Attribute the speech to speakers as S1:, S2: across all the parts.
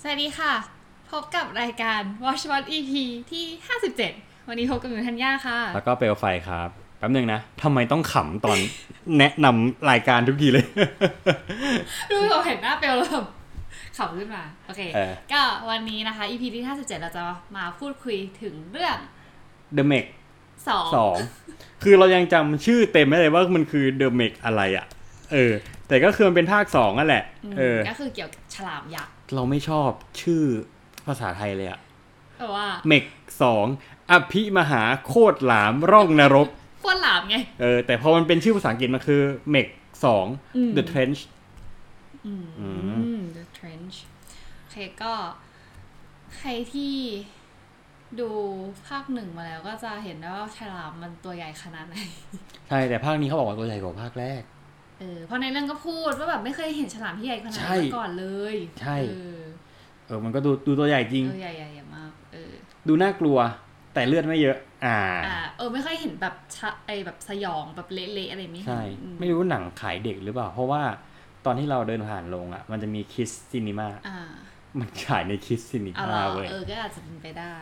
S1: สวัสดีค่ะ พบกับรายการ Watch What EP ที่ 57 วันนี้พบกับหนูธัญญาค่ะ
S2: แล้วก็เปลวไฟครับ แป๊บหนึ่งนะทำไมต้องขำตอน แนะนำรายการทุกทีเลย
S1: ดูเราเห็นหน้าเปลวแล้วแบบขำขึ้นมา โอเค
S2: เออ
S1: ก็วันนี้นะคะ EP ที่ 57 เราจะมาพูดคุยถึงเรื่อง
S2: The m e ส
S1: 2
S2: องคือเรายังจำชื่อเต็มไม่ได้ว่ามันคือ The m e อะไรอะเออ แต่ก็คือมันเป็นภาคสองนั่นแหละ เออ
S1: ก็คือเกี่ยวกับฉลามยักษ์
S2: เราไม่ชอบชื่อภาษาไทยเลยอะ
S1: แต่ว่า
S2: เมกสองอภิมหาโคตรหลามร่องนรก
S1: โคตรหลามไง
S2: เออ แต่พอมันเป็นชื่อภาษาอังกฤษมันคือเมกสอง
S1: อืม
S2: The Trench
S1: อืม
S2: อื
S1: The Trench โอเคก็ใครที่ดูภาคหนึ่งมาแล้วก็จะเห็นได้ว่าฉลามมันตัวใหญ่ขนาดไหน
S2: ใช่แต่ภาคนี้เขาบอกว่าตัวใหญ่กว่าภาคแรก
S1: เออเพราะในเรื่องก็พูดว่าแบบไม่เคยเห็นฉลามที่ใหญ่ขนาด
S2: ใช่
S1: นี้มาก่อนเลย
S2: ใช่
S1: เออ
S2: เออ มันก็ดูดูตัวใหญ่จริง
S1: เออใหญ่ใหญ่ใหญ่มาก เออ
S2: ดูน่ากลัว แต่เลือดไม่เยอะ อ่า
S1: อ่า เออ ไม่เคยเห็นแบบชะไอแบบสยองแบบเละๆอะไรไม่เห็
S2: ใช่
S1: นอืม
S2: ไม่รู้หนังขายเด็กหรือเปล่า เพราะว่าตอนที่เราเดินผ่านโรงอ่ะ มันจะมีคิสซินีมา
S1: อ่า
S2: มันฉายในคิสซินี
S1: เอา
S2: มา
S1: ล่ะ
S2: เว้ย
S1: เออ ก็อาจจะเป็นไปได้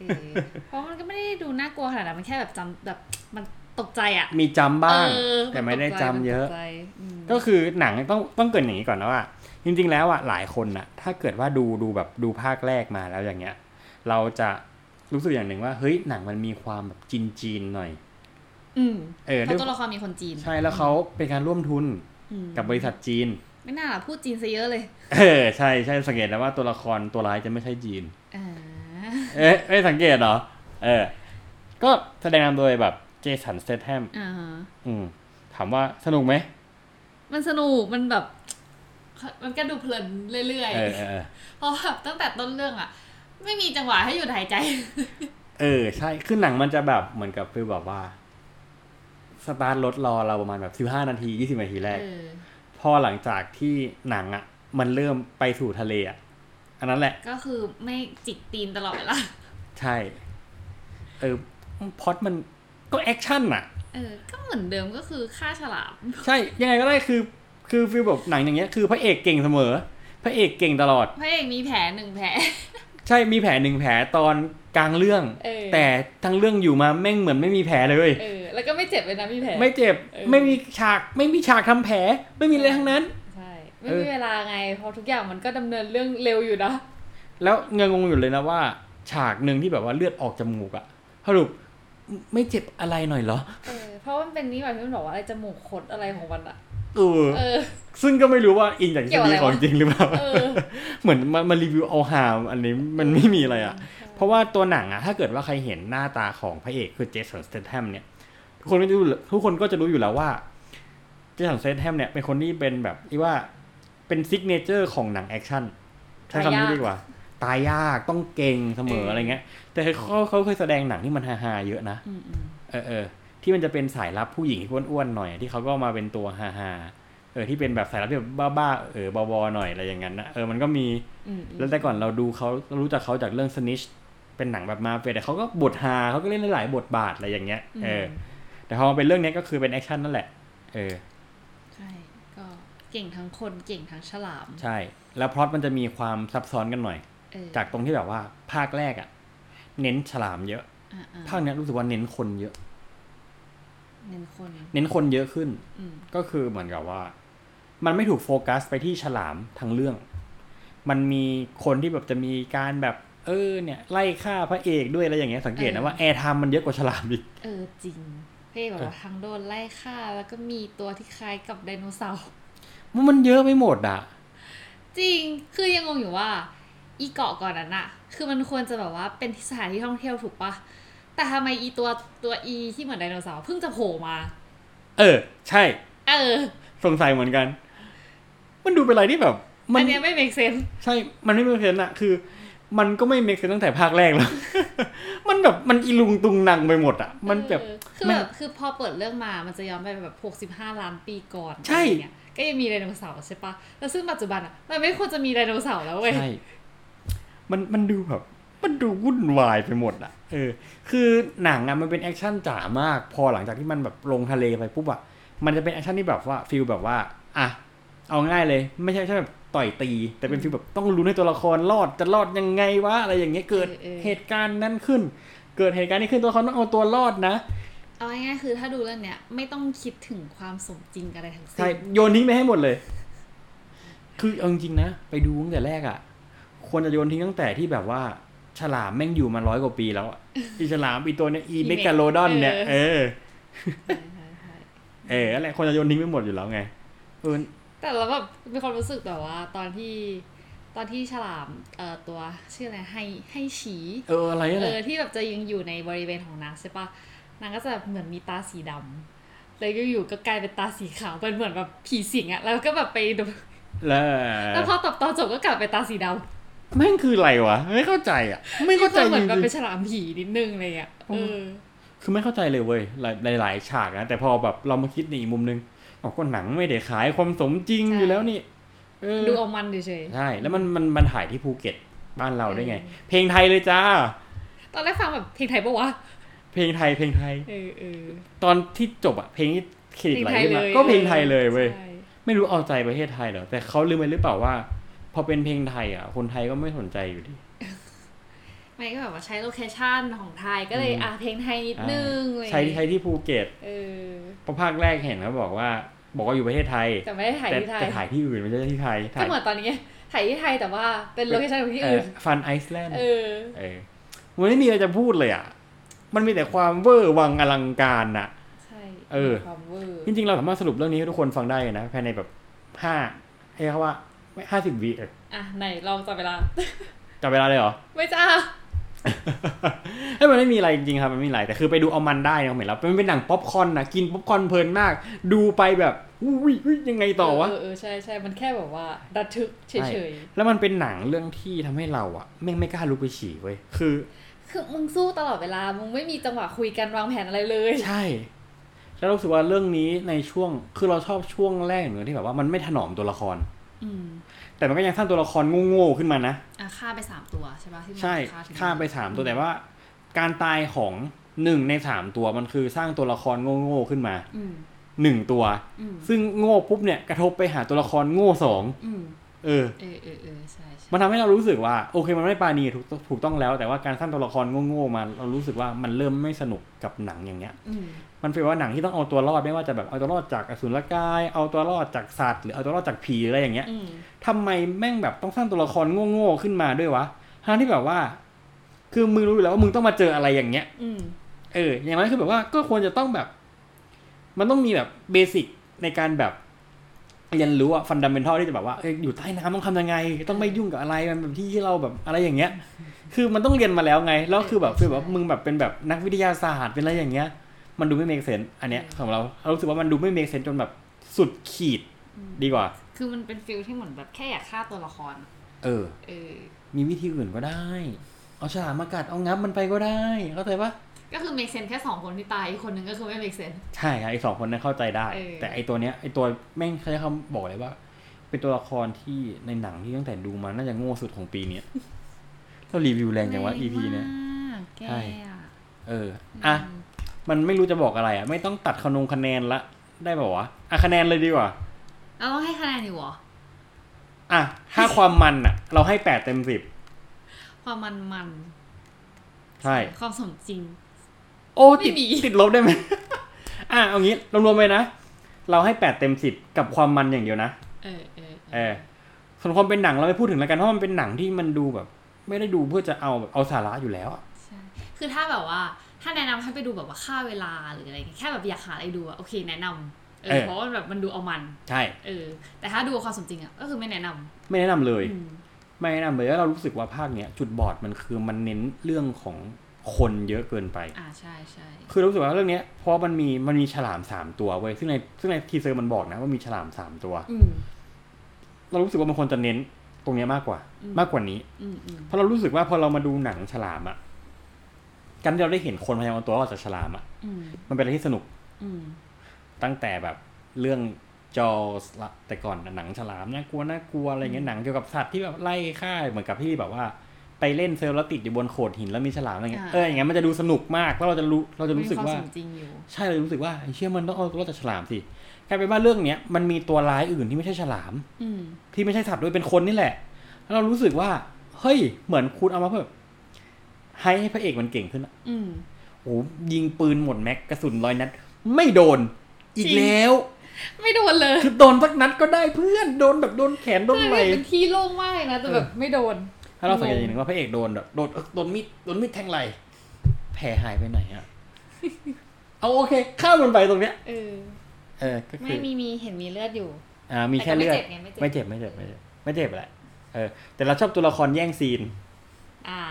S1: เออเพราะมันก็ไม่ได้ดูน่ากลัวขนาดนั้นมันแค่แบบจำแบบมันตกใจอ่ะ
S2: มีจำบ้าง
S1: เออ
S2: แต่ไม่ได้
S1: นตก
S2: จำเยอะ
S1: มันตกใจอืม
S2: ก็คือหนังต้องต้องเกริดอย่างนี้ก่อนนะว่า จริง ๆ แล้วอ่ะหลายคนอ่ะ ถ้าเกิดว่าดูดูแบบดูภาคแรกมาแล้วอย่างเงี้ย เราจะรู้สึกอย่างหนึ่งว่าเฮ้ยหนังมันมีความแบบจีนจีนๆหน่อย
S1: อืม
S2: เออ
S1: เพ
S2: ด้วย
S1: ราะตัวละครมีคนจีน
S2: ใช่แล้วเขาเป็นการร่วมทุน
S1: อืม
S2: กับบริษัทจีน
S1: ไม่น่าล่ะพูดจีนซะเยอะเลย
S2: เออใช่ใช่สังเกตแล้วว่าตัวละครตัวร้ายจะไม่ใช่จีน
S1: อ่า
S2: เอ๊ะไม่สังเกตเหรอ เออ ก็แสดงนำโดยแบบเจสันสเตทแฮม
S1: อ่าฮะ
S2: อืม ถามว่าสนุกไหม
S1: มันสนุก มันแบบ มันก็ดูเพลินเรื่อย
S2: เออเออเออ
S1: ๆ เพราะแบบตั้งแต่ต้นเรื่องอะไม่มีจังหวะให้หยุดหายใจ
S2: เออ ใช่ คือหนังมันจะแบบเหมือนกับคือแบบว่า สตาร์ทรถรอเราประมาณแบบสิบห้านาทียี่สิบนาทีแรก
S1: เออ
S2: พอหลังจากที่หนังอ่ะ มันเริ่มไปสู่ทะเลอ่ะ อันนั้นแหละ
S1: ก็คือไม่จิกตีนตลอดเวลา
S2: ใช่ เออพล็อดมันก็แอคชั่นอ่ะ
S1: เออ ก็เหมือนเดิมก็คือฆ่าฉลาม
S2: ใช่ ยังไงก็ได้คือ คือฟีลแบบหนังอย่างเงี้ย คือพระเอกเก่งเสมอ พระเอกเก่งตลอด
S1: พระเอกมีแผลหนึ่งแผล
S2: ใช่มีแผลหนึ่งแผลตอนกลางเรื่อง
S1: เออ
S2: แต่ทั้งเรื่องอยู่มาแม่งเหมือนไม่มีแผลเลย
S1: เออ แล้วก็ไม่เจ็บเลยนะมีแผล
S2: ไม่เจ็บ
S1: เออ
S2: ไม่มีฉาก ไม่มีฉากทำแผล ไม่มีอะไรทั้งนั้น
S1: ใช่ ไม่มีเวลาไง เพราะทุกอย่างมันก็ดำเนินเรื่องเร็วอยู่นะ
S2: แล้วเงงงอยู่เลยนะว่า ฉากหนึ่งที่แบบว่าเลือดออกจมูกอะสรุปไม่เจ็บอะไรหน่อยเหรอ
S1: เออ เพราะมันเป็นนี่แบบที่มันบอกว่าอะไรจมูกคดอะไรของมันอะ
S2: เออ
S1: เออ
S2: ซึ่งก็ไม่รู้ว่าอิงจาก
S1: เกี่ยว
S2: ทฤษ
S1: อะไร
S2: ฎีของ
S1: วะ
S2: จริงหรือเปล่า
S1: เออ
S2: เหมือนมามารีวิวเอาหามอันนี้มันไม่มีอะไรอะเพราะว่าตัวหนังอะถ้าเกิดว่าใครเห็นหน้าตาของพระเอกคือเจสันสเตทแฮมเนี่ย ทุกคนก็จะรู้ทุกคนก็จะรู้อยู่แล้วว่าเจสันสเตทแฮมเนี่ยเป็นคนที่เป็นแบบที่ว่าเป็นซิกเนเจอร์ของหนังแอคชั่นใช้คำนี้ดีกว่า ตายยากต้องเก่งเสมอ
S1: เอออ
S2: อะไรเงี้ย แต่เขาเขาเคยแสดงหนังที่มันฮาๆเยอะนะ
S1: อืมอืม
S2: เออเออที่มันจะเป็นสายลับผู้หญิงที่อ้วนๆหน่อย ที่เขาก็มาเป็นตัวฮาๆเออที่เป็นแบบสายลับที่แบบบ้าๆเออบอๆหน่อยอะไรอย่างนั้นนะเออมันก็มี
S1: อืมอืม
S2: แล้วแต่ก่อนเราดูเขาเรารู้จักเขาจากเรื่องสนิชเป็นหนังแบบมาเฟียแต่เขาก็บทฮาเขาก็เล่นได้หลายบทบาทอะไรอย่างเงี้ยเอออ แต่พอมาเป็นเรื่องเนี้ยก็คือเป็นแอคชั่นนั่นแหละ เออ
S1: ใช่ ก็เก่งทั้งคนเก่งทั้งฉลาม
S2: ใช่ แล้วพล็อตมันจะมีความซับซ้อนกันหน่อย
S1: เออ
S2: จากตรงที่แบบว่าภาคแรกอะเน้นฉลามเยอะ
S1: อ่ะอ่ะ
S2: ภาคเนี้ยรู้สึกว่าเน้นคนเยอะ
S1: เน้นคน
S2: เน้นคนเยอะขึ้น
S1: อืม
S2: ก็คือเหมือนกับว่า มันไม่ถูกโฟกัสไปที่ฉลามทั้งเรื่อง มันมีคนที่แบบจะมีการแบบ เออเนี่ยไล่ฆ่าพระเอกด้วยอะไรอย่างเงี้ยสังเกตนะว่าแอร์ไทม์มันเยอะกว่าฉลามอีก
S1: เออจริงเพ่บอกว่าทั้งโดนไล่ฆ่า แล้วก็มีตัวที่คล้ายกับไดโนเสาร์
S2: ว่ามันเยอะไปหมดอ่ะ
S1: จริงคือยังงงอยู่ว่า อีเกาะก่อนนั้นอะคือมันควรจะแบบว่าเป็นสถานที่ท่องเที่ยวถูกปะแต่ทำไมอีตัวตัวอีที่เหมือนไดโนเสาร์เพิ่งจะโผล่มา
S2: เออ ใช่
S1: เออ
S2: สงสัยเหมือนกัน มันดูเป็นอะไรที่แบบ มั
S1: อั
S2: น
S1: นเนี้ยไม่ make sense
S2: ใช่ มันไม่เป็นเซนอะคือ มันก็ไม่เมกเซนตั้งแต่ภาคแรกแล้ว มันแบบมันอีลุงตุงนังไปหมดอ่ะ มันแบบ
S1: เออคือ
S2: มัน
S1: แบบคือพอเปิดเรื่องมามันจะย้อนไปแบบ65 ล้านปีก่อน
S2: ใช่
S1: อะไรเงี้ยก็ยังมีไดโนเสาร์ใช่ปะแล้วซึ่งปัจจุบันอ่ะมันไม่ควรจะมีไดโนเสาร์แล้วเว้ย
S2: ใช่ มันมันดูแบบ มันดูวุ่นวายไปหมดอ่ะ เออ คือหนังอะมันเป็นแอคชั่นจ๋ามาก พอหลังจากที่มันแบบลงทะเลไปปุ๊บอะมันจะเป็นแอคชั่นที่แบบว่าฟิลแบบว่า อ่ะ เอาง่ายเลย ไม่ใช่ใช่แบบต่อยตี แต่เป็นฟีลแบบต้องรู้นให้ตัวละครรอดจะรอดยังไงวะอะไรอย่างเงี้ยเกิด
S1: เออเออ
S2: เหตุการณ์นั้นขึ้น เกิดเหตุการณ์นี้ขึ้นตัวละครต้องเอาตัวรอดนะ
S1: เอาง่ายๆคือถ้าดูเรื่องเนี้ยไม่ต้องคิดถึงความสมจริงอะไรทั้งสิ้
S2: ใช่
S1: น
S2: โยนทิ้งไปให้หมดเลย คือเอาจริงๆนะ ไปดูตั้งแต่แรกอะ่ะควรจะโยนทิ้งตั้งแต่ที่แบบว่า ฉลามแม่งอยู่มาร้อยกว่าปีแล้ว อะอีฉลามอีตัวเนี้ยอีเมกาโลดอนเนี่ยเออ
S1: ใช่ใช่
S2: เอออะไรคนจะโยนทิ้งไปหมดอยู่แล้วไงเออ
S1: แต่เราแบบมีความรู้สึกแบบว่าตอนที่ตอนที่ฉลามเอ่อตัวชื่ออะไรให้ให้ฉี
S2: เอออะไรอะไร
S1: เออที่แบบจะยังอยู่ในบริเวณของนางใช่ปะนางก็จะเหมือนมีตาสีดำแล้วอยู่ๆก็กลายเป็นตาสีขาวเป็นเหมือนแบบผีสิงอะแล้วก็แบบไปดู
S2: แล้ว
S1: แล้วพอตบตอนจบก็กลับไปนตาสีด
S2: แม่งคืออะไรวะไม่เข้าใจอ่ะ
S1: ำ
S2: ไม่เข้าใจ
S1: ก็เหมือ
S2: จริ
S1: น
S2: ง
S1: แบบเป็นฉลามผีนิดนึงอะไรอย่างเงี้ยเออ
S2: ๆคือไม่เข้าใจเลยเว้ยหลายหลายๆฉากนะแต่พอแบบเรามาคิดในอีกมุมนึงอ๋อก็หนังไม่ได้ขายความสมจริง
S1: ใช่
S2: อยู่แล้วนี่เออ
S1: ดูเอามันเฉย
S2: ใช่แล้วมันมันมันถ่ายที่ภูเก็ตบ้านเราได้ไง
S1: เออ
S2: เพลงไทยเลยจ้า
S1: ๆตอนแรกฟังแบบเพลงไทยปะวะ
S2: เพลงไทยเพลงไทย
S1: เออเออ
S2: ตอนที่จบอะเพลงที่เครดิตไหลขึ้นมา
S1: เลย
S2: ก็เพลงไทยเลยเว้ย
S1: ใช่
S2: ไม่รู้เอาใจประเทศไทยเหรอแต่เขาลืมไปหรือเปล่าว่า พอเป็นเพลงไทยอ่ะ คนไทยก็ไม่สนใจอยู่ดี
S1: ไม่ก็แบบว่าใช้โลเคชั่นของไทยก็เลย
S2: อืม
S1: อ่ะเพลงไทยนิดนึงอะไรอย่าง
S2: ใช้
S1: เงี้ย
S2: ใช้ที่ภูเก็ต
S1: เออ
S2: เพราะภาคแรกเห็นเขาบอกว่า บอกว่าอยู่ประเทศไทย
S1: แต่ไม่ได้ถ่าย
S2: แต่
S1: ที่ไทย
S2: แต่ถ่ายที่อื่นไม่ใช่ที่ไทย
S1: ก็
S2: ถ่าย
S1: เหมือนตอนนี้ไงถ่ายที่ไทยแต่ว่าเป็นโลเคชั่นของที่อื่น
S2: ฟันไอซ์แลนด์
S1: เออ
S2: เออมันไม่มีอะไรจะพูดเลยอ่ะ มันมีแต่ความเวอร์วังอลังการอ่ะ
S1: ใช่
S2: เออ
S1: ความเวอร์
S2: จริงๆเราสามารถสรุปเรื่องนี้ให้ทุกคนฟังได้นะภายในแบบห้าให้เขาว่าไม่ห้าสิบวิเออ
S1: อ่ะไหนลองจับเวลา
S2: จับเวลาเลยเหรอ
S1: ไม่จ้า
S2: ให้ยมันไม่มีอะไรจริงๆครับมันไม่มีอะไรแต่คือไปดูเอามันได้นะผมเห็นแล้วมันเป็นหนังป๊อปคอร์นนะกินป๊อปคอร์นเพลินมาก ดูไปแบบอุ้ยอุ๊ยยังไงต่อวะ
S1: เออเออใช่ใช่มันแค่แบบว่าระทึกเฉ
S2: ใช่
S1: ย
S2: แล้วมันเป็นหนังเรื่องที่ทำให้เราอะแม่งไม่กล้าลุกไปฉี่เว้ยคือ
S1: ๆคือมึงสู้ตลอดเวลา มึงไม่มีจังหวะคุยกันวางแผนอะไรเลย
S2: ใช่ แล้วรู้สึกว่าเรื่องนี้ในช่วงคือเราชอบช่วงแรกเหมือนที่แบบว่ามันไม่ถนอมตัวละคร
S1: อืม
S2: แต่มันก็ยังสร้างตัวละครโง่ๆขึ้นมานะ
S1: อ่ะฆ่าไปสามตัวใช่ป่ะที่มัน
S2: ใช่
S1: ฆ่าถึง
S2: ข้ามไปสามตัวแต่ว่า การตายของหนึ่งในสามตัวมันคือสร้างตัวละครโง่ๆขึ้นมา
S1: อืม
S2: หนึ่งตัว
S1: อืม
S2: ซึ่งโง่ปุ๊บเนี่ยกระทบไปหาตัวละครโง่สอง
S1: อืม
S2: เออ
S1: เออเออเออใช่ใช่
S2: มันทำให้เรารู้สึกว่าโอเคมันไม่ปราณีถูกถูกต้องแล้ว แต่ว่าการสร้างตัวละครโง่ๆมาเรารู้สึกว่ามันเริ่มไม่สนุกกับหนังอย่างเงี้ย
S1: อืม
S2: มันเป็นว่าหนังที่ต้องเอาตัวรอดไม่ว่าจะแบบเอาตัวรอดจากอสุรกายเอาตัวรอดจากสัตว์หรือเอาตัวรอดจากผีหรืออะไรอย่างเงี้ย
S1: อืม
S2: ทำไมแม่งแบบต้องสร้างตัวละครโง่ๆขึ้นมาด้วยวะทั้งที่แบบว่า คือมึงรู้อยู่แล้วว่ามึงต้องมาเจออะไรอย่างเงี้ย
S1: อืม
S2: เออ อย่างน้อยคือแบบว่าก็ควรจะต้องแบบ มันต้องมีแบบเบสิกในการแบบเรียนรู้อะฟันดัมเบลทัลที่จะแบบว่าเอ้ยอยู่ใต้น้ำต้องทำยังไง ต้องไม่ยุ่งกับอะไรมันแบบที่ที่เราแบบอะไรอย่างเงี้ย คือมันต้องเรียนมาแล้วไง แล้วคือแบบคือแบบมึงแบบเป็นแบบนักวิทยาศาสตร์เป็นอะไรอย่างเงี้ย มันดูไม่เมกเซนอันเนี้ยของเราเรารู้สึกว่ามันดูไม่เมกเซนจนแบบสุดขีดดีกว่า
S1: คือมันเป็นฟิลที่เหมือนแบบแค่อยากฆ่าตัวละคร
S2: เออ
S1: เออ
S2: มีวิธีอื่นก็ได้ เอาฉลามมากัดเอางับมันไปก็ได้เข้าใจปะ
S1: ก็คือ make sense แค่สองคนที่ตาย อีกคนนึงก็คือไม่ make sense
S2: ใช่ครับไอ้สองคนนั้นเข้าใจได้
S1: เออ
S2: แต่ไอ้ตัวเนี้ยไอ้ตัวแม่งเขาใช้คำบอกเลยว่า เป็นตัวละครที่ในหนังที่ตั้งแต่ดูมาน่าจะโง่สุดของปี เนี้ยเรารีวิวแรงอย่างว่า EP เนี้ย
S1: แก
S2: ใช่
S1: อ่ะ
S2: เอออ่ะมันไม่รู้จะบอกอะไรอ่ะ ไม่ต้องตัดคะนงคะแนนละได้ป่าวะอ่ะคะแนนเลยดีกว่า
S1: เราต้องให้คะแนนอยู่เหรอ
S2: อ่ะถ้าความมัน อ่ะ เราให้แปดเต็มสิบ
S1: ความมันมัน
S2: ใช่
S1: ความสมจริง
S2: โอ้ติด
S1: ไม่มี
S2: ติดลบได้ไหม อ่ะเอางี้รวมๆไปนะเราให้แปดเต็มสิบกับความมันอย่างเดียวนะ
S1: เออเออ
S2: เออส่วนความเป็นหนังเราไม่พูดถึงแล้วกันเพราะมันเป็นหนังที่มันดูแบบ ไม่ได้ดูเพื่อจะเอาแบบเอาสาระอยู่แล้วอะ
S1: ใช่คือถ้าแบบว่า ถ้าแนะนำให้ไปดูแบบว่าค่าเวลาหรืออะไรเงี้ยแค่แบบอยากหาอะไรดูอะโอเคแนะนำเออ เพราะว่าแบบมันดูเอามัน
S2: ใช่
S1: เออ แต่ถ้าดูความสมจริงอะก็คือไม่แนะนำ
S2: ไม่แนะนำเลย
S1: อืม
S2: ไม่แนะนำเลยแล้วเรารู้สึกว่าภาคเนี้ยจุดบอดมันคือมันเน้นเรื่องของคนเยอะเกินไป
S1: อ่าใช่ใช่
S2: คือรู้สึกว่าเรื่องเนี้ยเพราะมันมีมันมีฉลามสามตัวเว้ยซึ่งในซึ่งในทีเซอร์มันบอกนะว่ามีฉลามสามตัว
S1: อืม
S2: เรารู้สึกว่ามันควรจะเน้นตรงเนี้ยมากกว่า
S1: อืม
S2: มากกว่านี้
S1: อืมอืม
S2: เพราะเรารู้สึกว่าพอเรามาดูหนังฉลามอะการที่เราได้เห็นคนพยายามเอาตัวรอดจากฉลามอะ
S1: อืม
S2: มันเป็นอะไรที่สนุก
S1: อืม
S2: ตั้งแต่แบบเรื่องจอสละแต่ก่อนน่ะหนังฉลามน่ากลัวน่ากลัวอะไรเงี้ยหนังเกี่ยวกับสัตว์ที่แบบไล่ฆ่าเหมือนกับที่แบบว่า ไปเล่นเซิร์ฟแล้วติดอยู่บนโขดหินแล้วมีฉลามอะไรเงี้ย
S1: อ่า
S2: เอออย่างเงี้ยมันจะดูสนุกมากแล้วเราจะรู้เราจะรู้สึก
S1: มีคว
S2: ว่า
S1: มจริงอยู่
S2: ใช่เราจะรู้สึกว่าไอ้เชื่อมันต้องเอารถจากฉลามสิกลายเป็นว่าเรื่องเนี้ยมันมีตัวร้ายอื่นที่ไม่ใช่ฉลาม
S1: อืม
S2: ที่ไม่ใช่สัตว์ด้วยเป็นคนนี่แหละ แล้วเรารู้สึกว่า เฮ้ย เหมือนคุณเอามาเพิ่มให้ให้พระเอกมันเก่งขึ้นอะ
S1: อืม
S2: โอ้โหยิงปืนหมดแม็กกระสุนร้อยนัด ไม่โดน อี
S1: จ
S2: ก
S1: ริง
S2: แล้ว
S1: ไม่โดนเลย
S2: คือโดนสักนัดก็ได้เพื่อนโดนแบบโดนแขนโดน
S1: เออ
S2: ไหล่
S1: เป็นที่โล่งมากเลยนะแต่แบบไม่โดน
S2: ถ้าเราสังเกตอย่างหนึ่งว่าพระเอกโดนแบบโดนเอ้อโดนมีดโดนมีดแทงไหล่แผลหายไปไหนอะเอาโอเค ข้ามมันไปตรงเนี้ย
S1: เออ
S2: เออก็คื
S1: ไม่
S2: อ
S1: มีมีเห็นมีเลือดอยู่
S2: อ่ามี
S1: แต่ก็
S2: แค่เลือด
S1: ไม่เจ็บไงไม่
S2: ไม่
S1: เจ็
S2: เจ็
S1: บ
S2: บไม่เจ็บไม่เจ็บไม่เจ็บแหละเออแต่เราชอบตัวละครแย่งซีน
S1: อ่า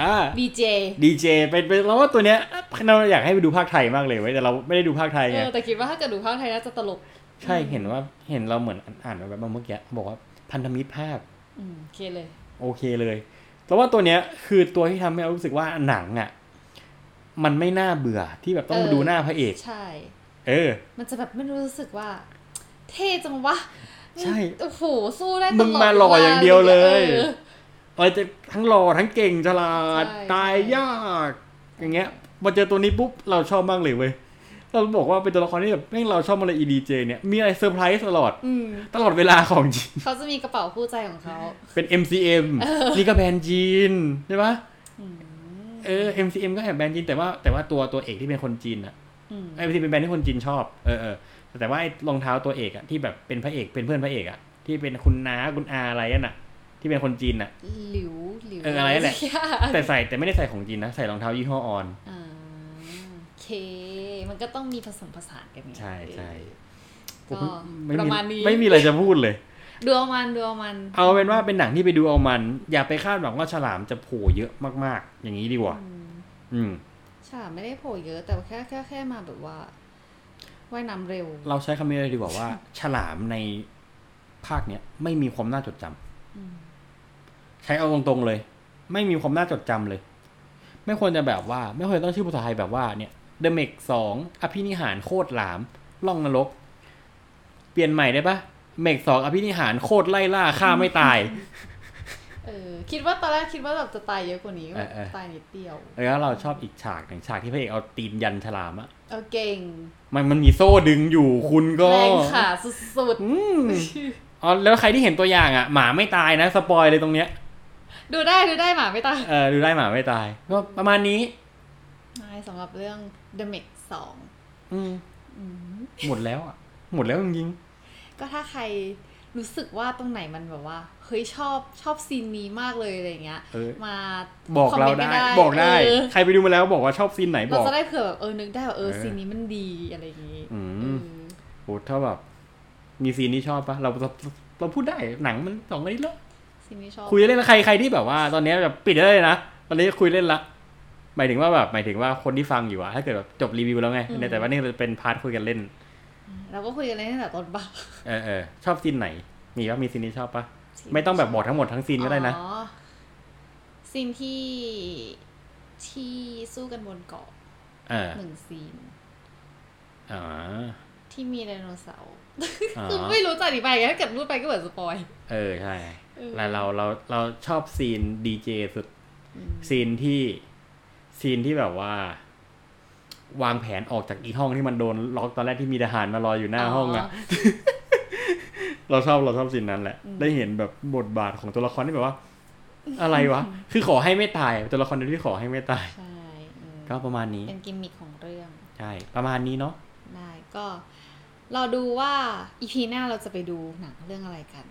S2: อ่า
S1: ดีเจ
S2: ดีเจเป็นเป็นเราว่าตัวเนี้ยเราอยากให้ไปดูภาคไทยมากเลยเว้ยแต่เราไม่ได้ดูภาคไทย
S1: เอ
S2: ไง
S1: อแต่คิดว่าถ้าเกิดดูภาคไทยน่าจะตลก
S2: ใช่เห็นว่าเห็นเราเหมือนอ่านมาแบบเมื่อกี้บอกว่าพันธมิตรภาพ
S1: อืมโอเคเลย
S2: โอเคเลยแต่ว่าตัวเนี้ยคือตัวที่ทำให้เรารู้สึกว่าหนังอ่ะมันไม่น่าเบื่อที่แบบต้องมา
S1: เออ
S2: ดูหน้าพระเอก
S1: ใช่
S2: เออ
S1: มันจะแบบไม่รู้สึกว่า เท่จังวะ
S2: ใช่
S1: โอ้โหสู้ได้ตลอด
S2: มึงมาหล่ออย่างเดียวเลย
S1: ออ
S2: เราจะทั้งหล่อทั้งเก่งฉลาด
S1: ใช่
S2: ตายยาก อย่างเงี้ยมาเจอตัวนี้ปุ๊บเราชอบมากเลยเว้ยเราบอกว่าเป็นตัวละครที่แบบแม่งเราชอบมากเลย EDJ เนี่ยมีอะไรเซอร์ไพรส์ตลอด
S1: อืม
S2: ตลอดเวลาของจริง
S1: เขาจะมีกระเป๋าคู่ใจของเขา
S2: เป็น MCM นี่ก็แบรนด์จีนใช่ปะ
S1: อืม
S2: เออ MCM ก็แอบแบรนด์จีนแต่ว่าแต่ว่าตัวตัวเอกที่เป็นคนจีนอะ
S1: อืม
S2: ไอ้ที่เป็นแบรนด์ที่คนจีนชอบเออเออแต่ว่าไอ้รองเท้าตัวเอกอะที่แบบเป็นพระเอกเป็นเพื่อนพระเอกอะที่เป็นคุณน้าคุณอาอะไรนั่นอะที่เป็นคนจีนอะ
S1: หลิวหลิว
S2: เอออะไรแหละ
S1: สักอย่าง
S2: แต่ใส่แต่ไม่ได้ใส่ของจีนนะใส่รองเท้ายี่ห้อออน
S1: อ่าโอเค มันก็ต้องมีผสมผสานกันไง
S2: ใช่ใช่
S1: ก็
S2: ไม่
S1: ประ
S2: มี
S1: มาณนี้
S2: ไม่มีอะไรจะพูดเลย
S1: ดูเอามันดูเอามัน
S2: เอาเป็นว่าเป็นหนังที่ไปดูเอามัน อย่าไปคาดหวังว่าฉลามจะโผล่เยอะมากๆ อย่างนี้ดีกว่า
S1: อืม
S2: อืม
S1: ใช่ไม่ได้โผล่เยอะ แต่ว่าแค่แค่แค่มาแบบว่าว่ายน้ำเร็ว
S2: เราใช้คำนี้เลยดีกว่า ว่า ฉลามในภาคเนี้ยไม่มีความน่าจดจำ
S1: อืม
S2: ใช้เอาตรงๆเลย ไม่มีความน่าจดจำเลย ไม่ควรจะแบบว่า ไม่ควรจะต้องชื่อภาษาไทยแบบว่าเนี่ยเดเมกสองอภินิหารโคตรหลามล่องนรก เปลี่ยนใหม่ได้ปะเมกสองอภินิหารโคตรไล่ล่าฆ่าไม่ตาย
S1: เออ คิดว่าตอนแรกคิดว่าแบบจะตายเยอะกว่านี้
S2: เออเออ
S1: ตายนิดเดียว
S2: แล้วเราชอบอีกฉากหนึ่งฉากที่พระเอกเอาตีนยันฉลามอะ
S1: เออเก่ง
S2: มันมันมีโซ่ดึงอยู่คุณก็
S1: แรงขาสุด
S2: อืมอ๋อแล้วใครที่เห็นตัวอย่างอะหมาไม่ตายนะสปอยเลยตรงเนี้ย
S1: ๆ ดูได้ดูได้หมาไม่ตาย
S2: เออดูได้หมาไม่ตาย ก็ประมาณนี้
S1: นายสำหรับเรื่อง The m e x 2
S2: อืม
S1: อืม
S2: หมดแล้วอ่ะ หมดแล้วจริง
S1: ก็ถ้าใครรู้สึกว่าตรงไหนมันแบบว่าเฮ้ยชอบชอบซีนนี้มมากเลยอะไรอย่างเงี้ย
S2: ๆเออ
S1: มา
S2: บอกเราได้
S1: คอมเมนต์ไม่ได้
S2: บอกได้
S1: เออ
S2: ใครไปดูมาแล้วบอกว่าชอบซีนไหนบ
S1: เรา
S2: อก
S1: จะได้เผื่อแบบเออนึกได้ว่าเออ
S2: เออ
S1: ซีนนี้มันดีอะไรอย่างนี้
S2: อืม
S1: เออ
S2: โหถ้าแบบ มีซีนที่ชอบปะเราเราเราพูดได้หนังมันสองอาทิตย์แล้ว
S1: ซีนนี้ชอบ
S2: คุยเล่นละใครใครที่แบบว่า ตอนนี้แบบปิดได้เลยนะ ตอนนี้คุยเล่นละ หมายถึงว่าแบบหมายถึงว่าคนที่ฟังอยู่อะถ้าเกิดแบบจบรีวิวแล้วไงแต่ว่านี่เป็นพาร์ทคุยกันเล่น
S1: เราก็คุยกันเลยตั้งแต่ต้นปะ
S2: เออเออชอบซีนไหน มีปะมีซีนที่ชอบปะไม่ต้องแบบบอกทั้งหมดทั้งซีนก็ได้นะ
S1: อ๋อซีนที่ที่สู้กันบนเกาะ
S2: เออ
S1: หนึ่งซีน
S2: อ๋อ
S1: ที่มีไดโนเสาร์
S2: อ๋
S1: คือ
S2: อ
S1: ไม่รู้จะอธิบายไงถ้าเกิดพูดไปก็เหมือนสปอย
S2: เออใช่
S1: เออ
S2: แล้วเราเราเราชอบซีนดีเจสุด ซีนที่ซีนที่แบบว่า วางแผนออกจากอีห้องที่มันโดนล็อกตอนแรกที่มีทหารมารออยู่หน้าห้องอะเราชอบเราชอบซีนนั้นแหละ ได้เห็นแบบบทบาทของตัวละครที่แบบว่า อะไรวะ คือขอให้ไม่ตายตัวละครเดียวที่ขอให้ไม่ตาย
S1: ใช่อืม
S2: ก็ประมาณนี้
S1: เป็นกิมมิคของเรื่อง
S2: ใช่ประมาณนี้เนาะ
S1: ได้ก็รอดูว่าอีพีหน้าเราจะไปดูหนังเรื่องอะไรกัน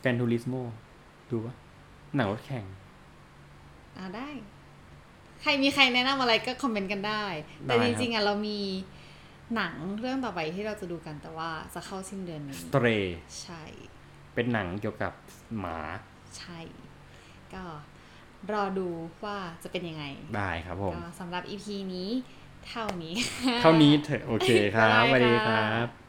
S2: แกนทูริสโมดูวะหนังรถแข่ง
S1: อ่าได้ ใครมีใครแนะนำอะไรก็คอมเมนต์กันได้ แต่
S2: ได้
S1: จ
S2: ครับ
S1: ริงๆอ่ะเรามีหนังเรื่องต่อไปที่เราจะดูกันแต่ว่าจะเข้าสิ้นเดือนนี้
S2: สเตร
S1: ใช่
S2: เป็นหนังเกี่ยวกับหมา
S1: ใช่ ก็รอดูว่าจะเป็นยังไง
S2: ได้ครับผม
S1: ก็สำหรับ EP นี้เท่านี้
S2: เท่านี้เถอะโอเคครับสวัสดีครับ